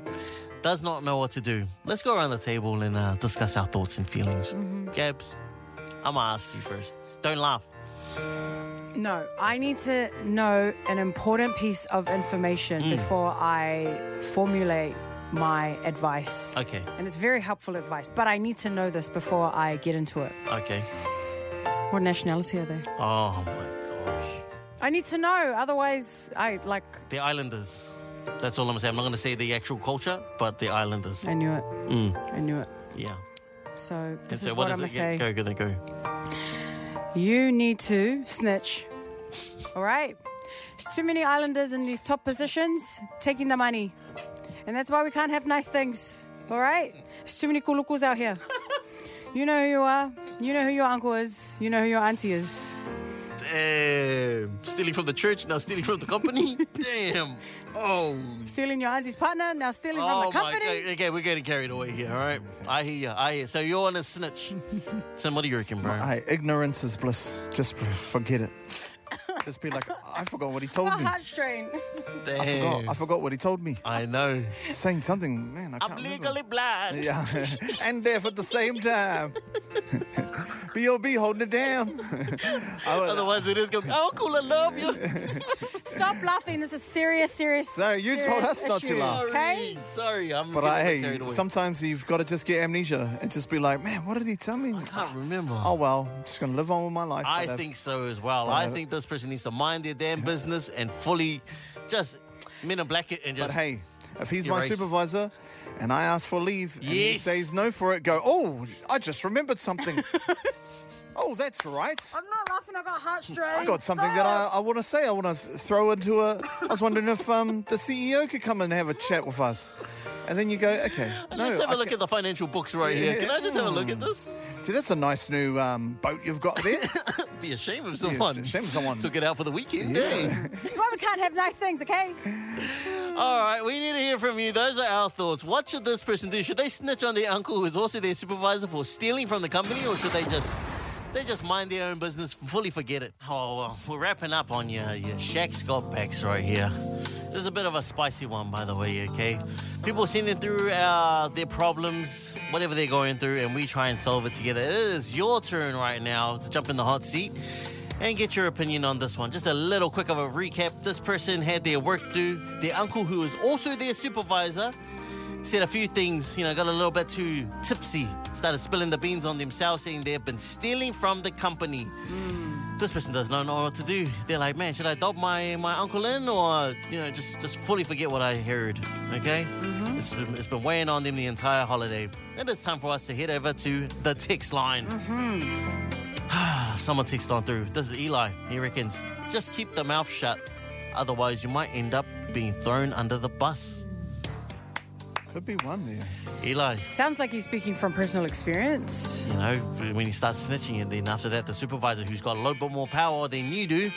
S4: does not know what to do. Let's go around the table and uh, discuss our thoughts and feelings. Gabs, I'm gonna ask you first. Don't laugh.
S3: No, I need to know an important piece of information
S4: Mm.
S3: before I formulate my advice.
S4: Okay.
S3: And it's very helpful advice, but I need to know this before I get into it.
S4: Okay.
S3: What nationality are they?
S4: Oh my gosh.
S3: I need to know, otherwise, I like.
S4: The Islanders. That's all I'm gonna say. I'm not gonna say the actual culture, but the Islanders.
S3: I knew it. I knew it.
S4: Yeah.
S3: So
S4: Mm. And
S3: this
S4: so
S3: is what,
S4: what
S3: I'm
S4: does
S3: gonna
S4: it get- Go,
S3: say.
S4: go, go.
S3: You need to snitch. All right? There's too many islanders in these top positions taking the money. And that's why we can't have nice things. All right? There's too many kulukus out here. You know who you are. You know who your uncle is. You know who your auntie is.
S4: Damn. Stealing from the church, now stealing from the company. Damn. Oh.
S3: Stealing your auntie's partner, now stealing
S4: Oh
S3: from the
S4: my
S3: company.
S4: God. Okay, we're getting carried away here, all right? I hear you. I hear you. So you're on a snitch. Tim, what do you reckon, bro?
S2: Hey, ignorance is bliss. Just f- forget it. Just be like, I forgot what he told
S3: A
S2: me.
S3: heart strain.
S2: I forgot,
S4: Damn.
S2: I forgot what he told me.
S4: I know.
S2: Saying something, man, I can't
S4: I'm
S2: remember.
S4: legally blind.
S2: Yeah, and deaf at the same time. B.O.B. holding it down. I would-
S4: Otherwise, it is going to be, Uncle, I love you.
S3: Stop laughing. This is serious, serious.
S2: Sorry, you told
S3: serious
S2: us not to
S3: issue,
S2: laugh.
S3: Okay?
S4: Sorry, I'm
S2: but
S4: getting
S2: I,
S4: a bit
S2: hey,
S4: carried away.
S2: sometimes you've got to just get amnesia and just be like, man, what did he tell me?
S4: I can't remember.
S2: Oh, well, I'm just going to live on with my life.
S4: I
S2: whatever.
S4: think so as well. I think this person needs to mind their damn business and fully just men in black it and
S2: But
S4: just.
S2: hey, if he's my
S4: Erase.
S2: supervisor and I ask for leave and he
S4: Yes.
S2: says no for it, go, oh, I just remembered something. oh, that's right.
S3: I'm not laughing. I got heart strain.
S2: I got something that I, I want to say. I want to throw into a. I was wondering if um, the CEO could come and have a chat with us. And then you go, okay. No,
S4: Let's have
S2: I
S4: a look
S2: ca-
S4: at the financial books right here. Can I just have a look at this?
S2: Gee, that's a nice new um, boat you've got there.
S4: It'd be a shame if someone
S2: shame if someone-
S4: took it out for the weekend. Hey.
S3: That's why we can't have nice things, okay?
S4: All right, we need to hear from you. Those are our thoughts. What should this person do? Should they snitch on their uncle, who is also their supervisor, for stealing from the company, or should they just they just mind their own business, fully forget it? Oh, well, we're wrapping up on your your Shaq Scott packs right here. This is a bit of a spicy one, by the way. Okay, people sending through uh, their problems, whatever they're going through, and we try and solve it together. It is your turn right now to jump in the hot seat and get your opinion on this one. Just a little quick of a recap. This person had their work due. Their uncle, who is also their supervisor, said a few things, you know, got a little bit too tipsy, started spilling the beans on themselves, saying they've been stealing from the company. This person does not know what to do. They're like, man, should I dob my, my uncle in or, you know, just, just fully forget what I heard, okay? It's been, it's been weighing on them the entire holiday. And it's time for us to head over to the text line. Someone texted on through. This is Eli. He reckons just keep the mouth shut, otherwise you might end up being thrown under the bus.
S2: Could be one there.
S4: Eli,
S3: Sounds like he's speaking from personal experience.
S4: you know, when he starts snitching, and then after that, the supervisor, who's got a little bit more power than you do,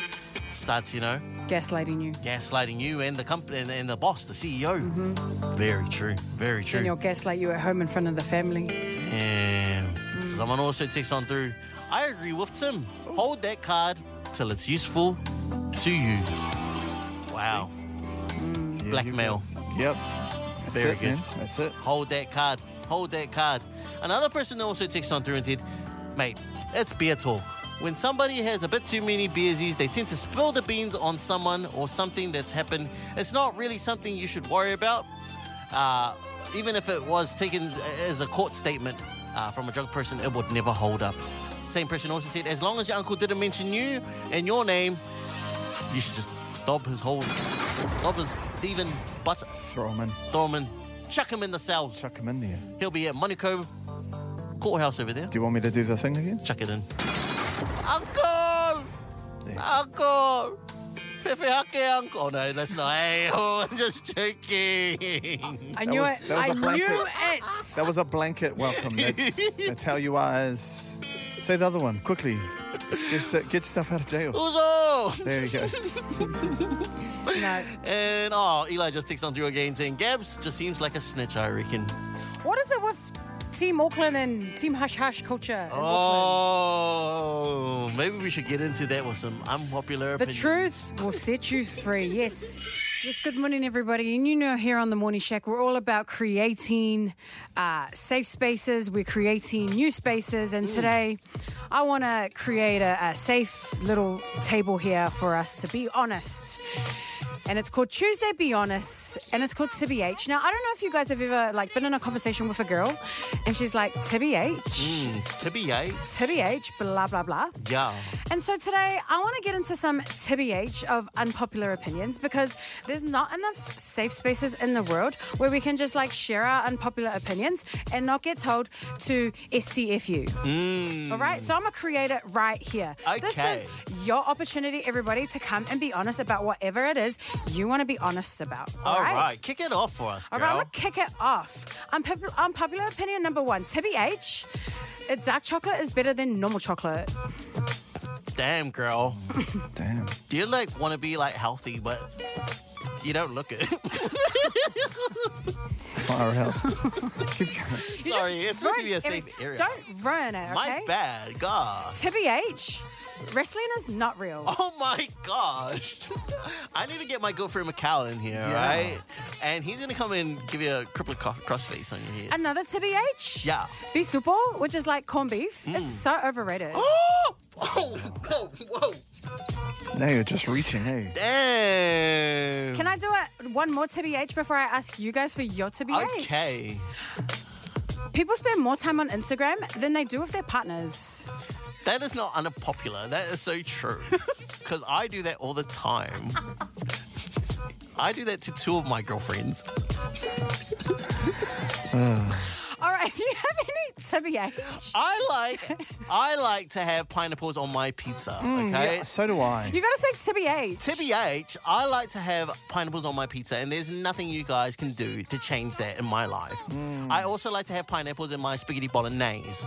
S4: starts, you know,
S3: Gaslighting you.
S4: gaslighting you and the company and, and the boss, the CEO. Very true. Very true.
S3: Then he'll gaslight you at home in front of the family.
S4: And someone also texts on through. I agree with Tim. Hold that card till it's useful to you. Wow.
S2: Yeah,
S4: Blackmail.
S2: you could- Yep. That's
S4: Very
S2: it,
S4: good.
S2: man. That's it.
S4: Hold that card. Hold that card. Another person also texted on through and said, mate, it's beer talk. When somebody has a bit too many beersies, they tend to spill the beans on someone or something that's happened. It's not really something you should worry about. Uh, even if it was taken as a court statement uh, from a drunk person, it would never hold up. Same person also said, as long as your uncle didn't mention you and your name, you should just dob his whole, dob his thieving butt,
S2: Throw him in.
S4: throw him in, chuck him in the cells.
S2: Chuck him in there.
S4: He'll be at Monaco courthouse over there.
S2: Do you want me to do the thing again?
S4: Chuck it in. Uncle!
S2: There.
S4: Uncle! Fefe hake, uncle. Oh, no, that's not. Hey, oh, I'm just joking.
S3: I knew
S2: was-
S3: it.
S2: that was
S3: I
S2: a blanket.
S3: knew it.
S2: That was a blanket welcome. That's, that's how you are as. Say the other one, quickly. Get, yourse- get yourself out of jail.
S4: Uzo!
S2: There you go.
S3: No.
S4: And, oh, Eli just texts on through again saying, Gabs just seems like a snitch, I reckon.
S3: What is it with Team Auckland and Team Hush Hush culture? in Auckland?
S4: Oh, maybe we should get into that with some unpopular
S3: The
S4: opinions.
S3: truth will set you free. Yes. Yes, good morning, everybody. And you know, here on the Morning Shack, we're all about creating uh, safe spaces. We're creating new spaces. And today, I want to create a, a safe little table here for us to be honest. And it's called Tuesday Be Honest, and it's called Tibby H. Now, I don't know if you guys have ever like been in a conversation with a girl, and she's like Tibby H,
S4: Mm, to be eh?
S3: Tibby H, blah blah blah.
S4: Yeah.
S3: And so today, I want to get into some TBH of unpopular opinions because there's not enough safe spaces in the world where we can just like share our unpopular opinions and not get told to SCFU.
S4: Hmm.
S3: All right, so I'm gonna create it right here. This
S4: Mm. Okay.
S3: is your opportunity, everybody, to come and be honest about whatever it is you want to be honest about.
S4: All right. kick it off for us,
S3: All
S4: girl.
S3: right, I'm gonna kick it off. Unpopular, unpopular opinion number one: TBH, uh, dark chocolate is better than normal chocolate.
S4: Damn, girl.
S2: Damn.
S4: Do you like want to be like healthy, but You don't look it.
S2: Far out. Keep going.
S4: Sorry, it's supposed to be a
S3: Ruin
S4: safe
S3: every-
S4: area.
S3: Don't ruin it, okay?
S4: My bad, God.
S3: Tibby H, wrestling is not real.
S4: Oh my gosh. I need to get my good friend Macau in here,
S2: Yeah.
S4: right? And he's gonna come and give you a crippling co- crossface on your head.
S3: Another Tibby H.
S4: yeah. Mm.
S3: Bisupo, which is like corned beef, is so overrated.
S4: Oh! Oh! Whoa! Whoa!
S2: Now you're just reaching, hey.
S4: Damn.
S3: Can I do it one more Tibby H before I ask you guys for your Tibby H?
S4: Okay.
S3: People spend more time on Instagram than they do with their partners.
S4: That is not unpopular. That is so true. Because I do that all the time. I do that to two of my girlfriends.
S3: All right, do you have any Tibby H?
S4: I like I like to have pineapples on my pizza. Okay.
S3: Mm,
S2: Yeah, Eh, so do I.
S3: You gotta say Tibby H.
S4: Tibby H, I like to have pineapples on my pizza, and there's nothing you guys can do to change that in my life.
S3: Mm.
S4: I also like to have pineapples in my spaghetti bolognese.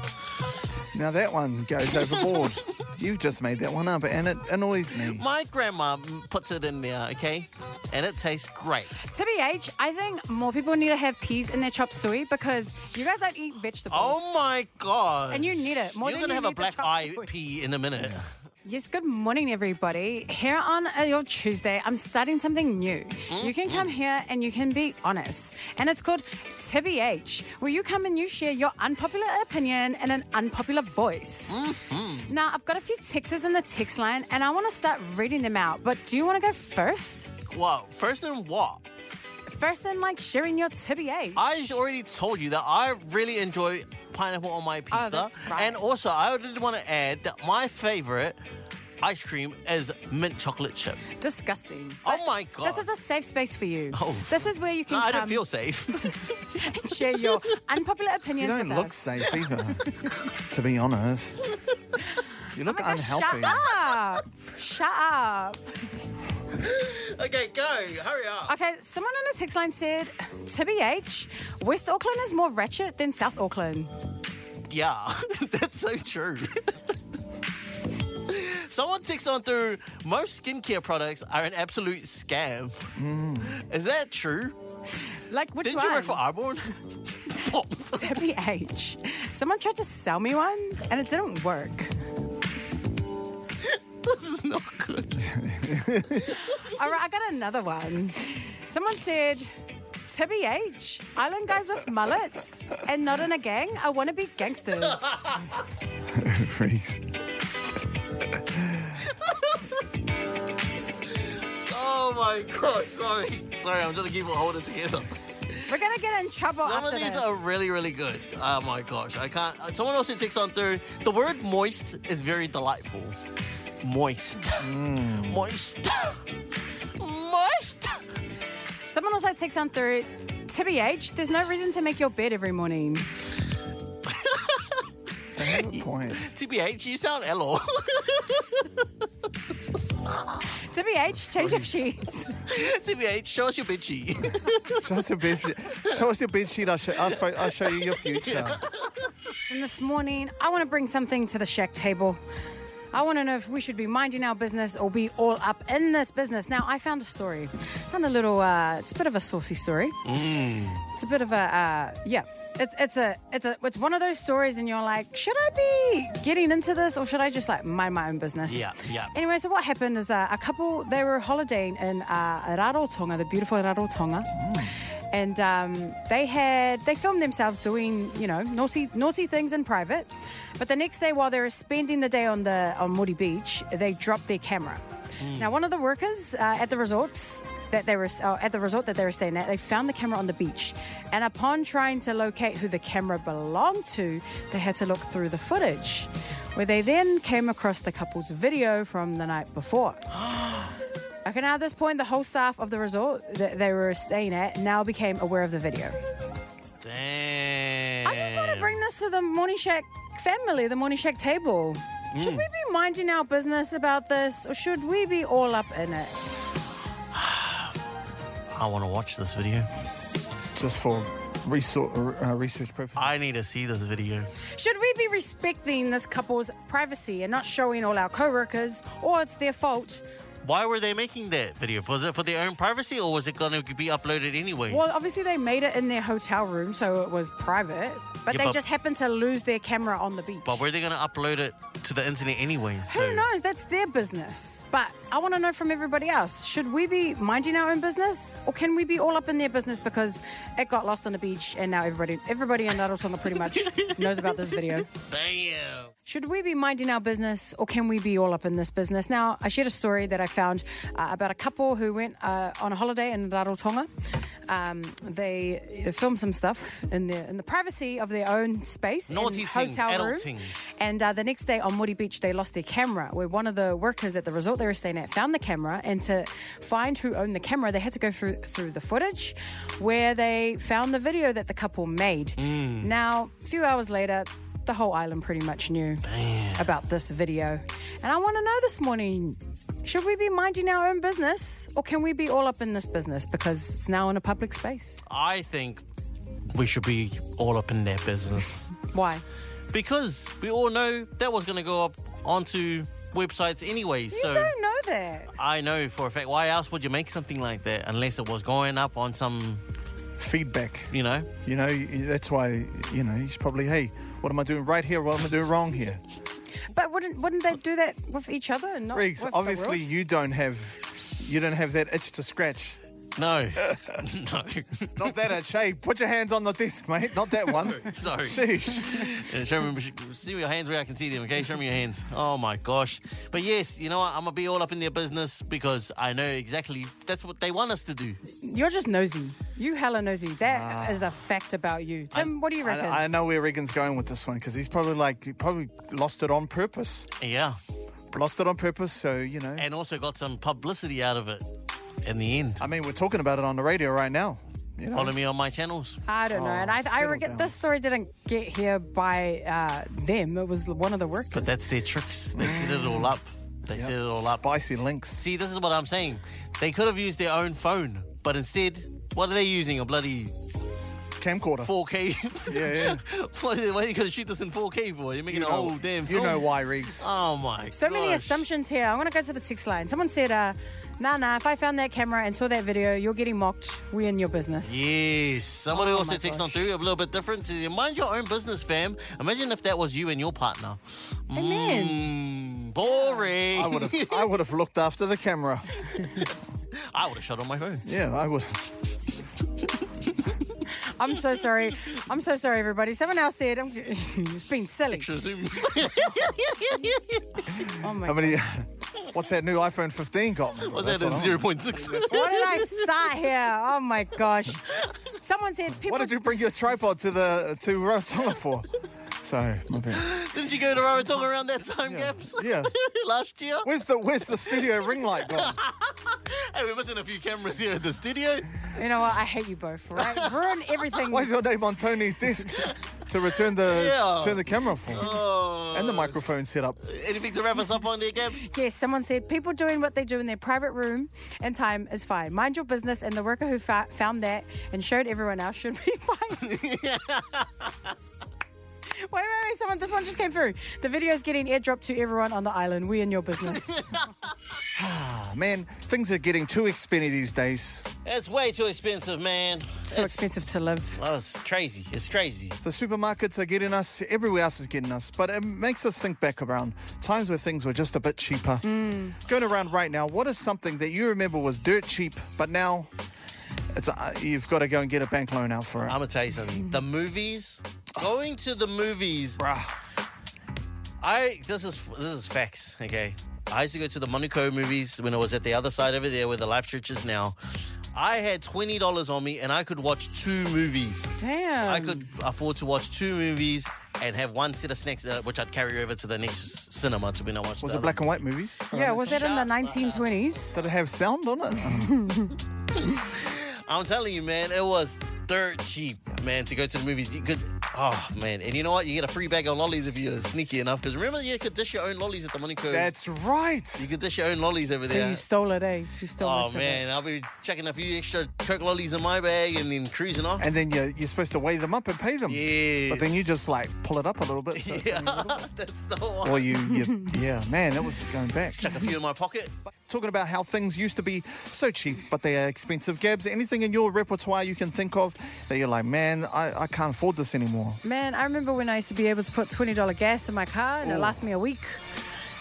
S2: Now that one goes overboard. you just made that one up, and it annoys me.
S4: My grandma mm, puts it in there, okay? And it tastes great.
S3: Tibby H, I think more people need to have peas in their chop suey because you guys don't eat vegetables.
S4: Oh my god!
S3: And you need it more
S4: You're
S3: than
S4: gonna have
S3: you need
S4: a black
S3: the chop
S4: eye
S3: suey.
S4: pea in a minute.
S3: Yes, good morning, everybody. Here on uh, your Tuesday, I'm starting something new. You can
S4: Mm-hmm.
S3: come here and you can be honest. And it's called Tibby H, where you come and you share your unpopular opinion and an unpopular voice.
S4: Mm-hmm.
S3: Now, I've got a few texts in the text line and I want to start reading them out. But do you want to go first?
S4: Whoa, first and what?
S3: First, in like sharing your Tibby H.
S4: I already told you that I really enjoy pineapple on my pizza.
S3: Oh, that's right.
S4: And also, I did want to add that my favorite ice cream is mint chocolate chip.
S3: Disgusting.
S4: Oh my
S3: This
S4: God.
S3: is a safe space for you.
S4: Oh.
S3: This is where you can
S4: No, I
S3: come
S4: don't feel safe.
S3: and share your unpopular
S2: You
S3: opinions
S2: don't
S3: with
S2: look
S3: us.
S2: safe either, to be honest. You look
S3: Guys,
S2: unhealthy.
S3: Oh Shut up. Shut up.
S4: okay, go. Hurry up.
S3: Okay, someone on the text line said, Tibby H, West Auckland is more ratchet than South Auckland.
S4: Yeah, that's so true. Someone texts on through most skincare products are an absolute scam.
S3: Mm.
S4: Is that true?
S3: Like, which
S4: Didn't
S3: one?
S4: you work for Arborn?
S3: Tibby H. Someone tried to sell me one and it didn't work.
S4: this is not good.
S3: All right, I got another one. Someone said, Tibby H, island guys with mullets and not in a gang. I want to be gangsters.
S2: Freaks.
S4: Oh my gosh, sorry. Sorry, I'm trying to keep all it together.
S3: We're going to get in trouble
S4: Some of
S3: after
S4: these
S3: this.
S4: are really, really good. Oh my gosh, I can't. uh, Someone also takes on third. The word moist is very delightful. Moist. Mm. Moist. moist.
S3: Someone also takes on through Tibby H, there's no reason to make your bed every morning.
S2: They have a point.
S4: TBH, you sound LO.
S3: Tibby H, change your sheets.
S4: TBH, show us your bitchy.
S2: Show us your bed sheet. Show us your bed sheet. I'll show, I'll, fo- I'll show you your future.
S3: And this morning, I want to bring something to the shack table. I want to know if we should be minding our business or be all up in this business. Now, I found a story. Found a little. Uh, it's a bit of a saucy story.
S4: Mm.
S3: It's a bit of a. Uh, yeah. It's it's a it's a it's one of those stories, and you're like, should I be getting into this or should I just like mind my own business?
S4: Yeah, yeah.
S3: Anyway, so what happened is uh, a couple they were holidaying in uh, Rarotonga, the beautiful Rarotonga.
S4: Mm.
S3: And um, they had they filmed themselves doing you know naughty naughty things in private, but the next day while they were spending the day on the on Moody Beach, they dropped their camera. Now one of the workers uh, at the resorts that they were uh, at the resort that they were staying at, they found the camera on the beach, and upon trying to locate who the camera belonged to, they had to look through the footage, where they then came across the couple's video from the night before. Okay, now at this point, the whole staff of the resort that they were staying at now became aware of the video.
S4: Damn.
S3: I just want to bring this to the Morning Shack family, the Morning Shack table. Should
S4: Mm.
S3: we be minding our business about this, or should we be all up in it?
S4: I want to watch this video.
S2: Just for research, uh, research purposes.
S4: I need to see this video.
S3: Should we be respecting this couple's privacy and not showing all our co-workers, or it's their fault,
S4: Why were they making that video? Was it for their own privacy or was it going to be uploaded anyway?
S3: Well, obviously they made it in their hotel room, so it was private. But
S4: Yeah,
S3: they
S4: but-
S3: just happened to lose their camera on the beach.
S4: But were they going to upload it to the internet anyway?
S3: Who knows? That's their business. But I want to know from everybody else: should we be minding our own business, or can we be all up in their business because it got lost on the beach and now everybody, everybody in Rarotonga pretty much knows about this video?
S4: Damn.
S3: Should we be minding our business or can we be all up in this business? Now, I shared a story that I found uh, about a couple who went uh, on a holiday in Rarotonga. Um, they filmed some stuff in the, in the privacy of their own space,
S4: Naughty
S3: in
S4: teens,
S3: hotel
S4: adult
S3: room.
S4: teens.
S3: And uh, the next day on Moody Beach, they lost their camera. Where one of the workers at the resort they were staying at found the camera, and to find who owned the camera, they had to go through through the footage, where they found the video that the couple made.
S2: Mm.
S3: Now, a few hours later. The whole island pretty much knew about this video. And I want to know this morning should we be minding our own business or can we be all up in this business because it's now in a public space?
S4: I think we should be all up in their business
S3: Why?
S4: because we all know that was going to go up onto websites anyway. so
S3: you don't know that.
S4: I know for a fact. Why else would you make something like that unless it was going up on some,
S2: Feedback.
S4: you know?
S2: You know, y- that's why, you know, he's probably, hey, what am I doing right here? What am I doing wrong here?
S3: But wouldn't wouldn't they do that with each other and not
S2: Riggs,
S3: with the
S2: obviously
S3: world?
S2: you don't have you don't have that itch to scratch.
S4: No, no.
S2: Not that itch. Hey, put your hands on the desk, mate. Not that one.
S4: Sorry.
S2: Sheesh.
S4: Yeah, show me, see your hands where I can see them, okay? Show me your hands. Oh my gosh. But yes, you know what? I'm going to be all up in their business because I know exactly that's what they want us to do.
S3: You're just nosy. You hella nosy. That is a fact about you. Tim, what do you reckon?
S2: Ah. I, I know where Regan's going with this one because he's probably like he probably lost it on purpose.
S4: Yeah.
S2: Lost it on purpose, so you know.
S4: And also got some publicity out of it in the end.
S2: I mean, we're talking about it on the radio right now. You know,
S4: Follow me on my channels.
S3: I don't know. And I, I
S2: Oh, settle
S3: reckon
S2: down.
S3: this story didn't get here by uh, them. It was one of the workers.
S4: But that's their tricks. They set it all up. They set it all up.
S2: spicy links.
S4: See, this is what I'm saying. They could have used their own phone, but instead, what are they using? A bloody
S2: Camcorder.
S4: 4K.
S2: Yeah, yeah. Oh,
S4: what are, what are you going to shoot this in 4K for? You're making a whole damn
S2: you
S4: film.
S2: know why, Riggs.
S4: Oh my
S3: So many
S4: gosh.
S3: assumptions here. I'm going to go to the sixth line. Someone said, uh, nah, nah, if I found that camera and saw that video, you're getting mocked. We in your business.
S4: Yes. Somebody
S3: Oh
S4: also
S3: my
S4: texted on
S3: gosh.
S4: through a little bit different. Says, Mind your own business, fam. Imagine if that was you and your partner.
S3: Amen.
S4: Mm, boring.
S2: I would have I would have looked after the camera.
S4: I would have shot on my phone.
S2: Yeah, I would.
S3: I'm so sorry. I'm so sorry, everybody. Someone else said, I'm, it's been silly.
S4: Should zoom.
S3: Oh my
S2: How many? What's that new iPhone 15 got? me?
S4: was
S2: That's
S4: that in
S2: what I want.
S4: 0.6?
S3: What did I start here? Oh my gosh. Someone said, people.
S2: What did you bring your tripod to the to Rotonga for? So, my bad.
S4: Didn't you go to Rarotonga around that time, Gaps?
S2: yeah.
S4: Last year?
S2: Where's the where's the studio ring light gone?
S4: Hey, we're missing a few cameras here at the studio.
S3: You know what? I hate you both, right? Ruin everything.
S2: Why is your name on Tony's desk to return the
S4: Yeah.
S2: turn the camera for?
S4: Oh.
S2: And the microphone set up.
S4: Anything to wrap us up on there, Gaps?
S3: Yes, someone said people doing what they do in their private room and time is fine. Mind your business, and the worker who fa- found that and showed everyone else should be fine. wait, wait, wait, someone, this one just came through. The video's getting airdropped to everyone on the island. We in your business.
S2: Oh, man, things are getting too expensive these days.
S4: It's way too expensive, man.
S3: so expensive to live.
S4: Oh, it's crazy. It's crazy.
S2: The supermarkets are getting us, everywhere else is getting us, but it makes us think back around times where things were just a bit cheaper.
S4: Mm.
S2: Going around right now, what is something that you remember was dirt cheap, but now it's uh, you've got to go and get a bank loan out for it?
S4: I'm gonna tell you something. The movies, going to the movies.
S2: Bruh.
S4: I this is this is facts. Okay, I used to go to the Monaco movies when I was at the other side over there where the Life Church is now. I had twenty dollars on me and I could watch two movies.
S3: Damn.
S4: I could afford to watch two movies and have one set of snacks, uh, which I'd carry over to the next cinema to when I watched.
S2: Was
S4: the
S2: it black and white movies?
S3: Yeah, was that in the
S4: Shut
S3: 1920s?
S2: Did it have sound on it?
S4: I'm telling you, man, it was dirt cheap, man, to go to the movies. You could, oh man, and you know what? You get a free bag of lollies if you're sneaky enough. Because remember, you could dish your own lollies at the Monaco.
S2: That's
S4: you
S2: right.
S4: could dish your own lollies over
S3: So
S4: there.
S3: you stole it, eh? You stole
S4: oh
S3: most of
S4: man,
S3: it.
S4: I'll be checking a few extra Coke lollies in my bag and then cruising off.
S2: And then you're, you're supposed to weigh them up and pay them.
S4: Yes.
S2: But then you just like pull it up a little bit. So
S4: yeah, that's the one.
S2: Or you, you yeah, man, that was going back.
S4: Chuck a few in my pocket.
S2: talking about how things used to be so cheap, but they are expensive. Gabs, anything in your repertoire you can think of that you're like, man, I, I can't afford this anymore?
S3: Man, I remember when I used to be able to put $20 gas in my car and it lasts me a week.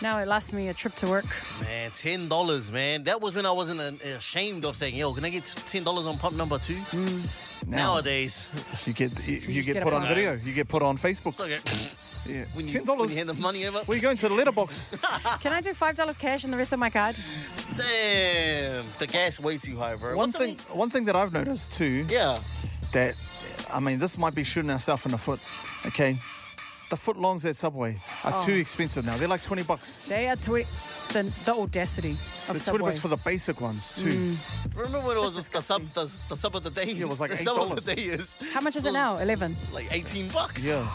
S3: Now it lasts me a trip to work.
S6: Man, ten dollars, man. That was when I wasn't uh, ashamed of saying, "Yo, can I get ten dollars on pump number two? Nowadays,
S2: You get you, you
S3: just
S2: get,
S3: get a
S2: put on
S3: photo.
S2: video. You get put on Facebook.
S6: it's like a-
S2: yeah.
S6: when, you,
S2: Ten
S6: when
S2: dollars.
S6: you hand the money over.
S2: We're going to the letterbox.
S3: Can I do $5 cash and the rest of my card?
S6: Damn, the gas way too high, bro.
S2: one
S6: What's up
S2: thing, one thing that I've noticed too,
S6: with- Yeah.
S2: that I mean, this might be shooting ourselves in the foot. Okay, the footlongs at Subway are too
S6: Oh.
S2: expensive now. They're like twenty bucks.
S3: They are twi- the, the audacity of
S2: It's twenty
S3: Subway.
S2: bucks for the basic ones
S6: Mm.
S2: too.
S6: Remember when it was just the sub, the, the sub of the day?
S2: it was like
S6: the sub of
S2: $8.
S6: the day is
S3: How much is it now? 11.
S6: like eighteen bucks.
S2: Yeah.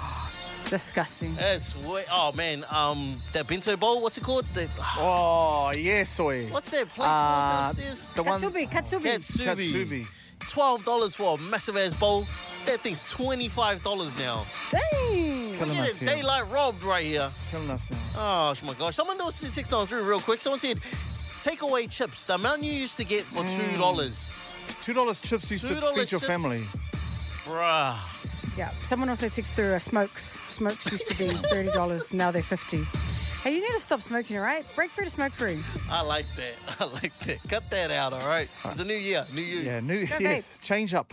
S3: Disgusting.
S2: Uh,
S6: That's way. Oh man, um, that bento bowl. What's it called? The,
S2: Oh yes, oi.
S6: what's that place
S2: Uh,
S6: called downstairs?
S2: the one
S3: Katsubi, Katsubi.
S6: Katsubi.
S2: Katsubi.
S6: Twelve dollars for a massive ass bowl. That thing's twenty five dollars now.
S3: Dang.
S2: killing
S6: Yeah,
S2: us here.
S6: daylight robbed right here.
S2: Killing us now.
S6: Oh sh- my gosh! Someone knows the text on through real quick. Someone said, takeaway chips. The amount you used to get for
S2: Mm.
S6: two dollars,
S2: Two dollars chips used to
S6: $2
S2: feed your
S6: chips.
S2: family.
S6: bruh.
S3: Yeah. Someone also takes through a smokes. Smokes used to be $30. Now they're 50 Hey, you need to stop smoking, all right? Break free to smoke free.
S6: I like that. I like that. Cut that out. All right. It's a new year, new you.
S2: Yeah, new
S3: Okay.
S2: yes, change up.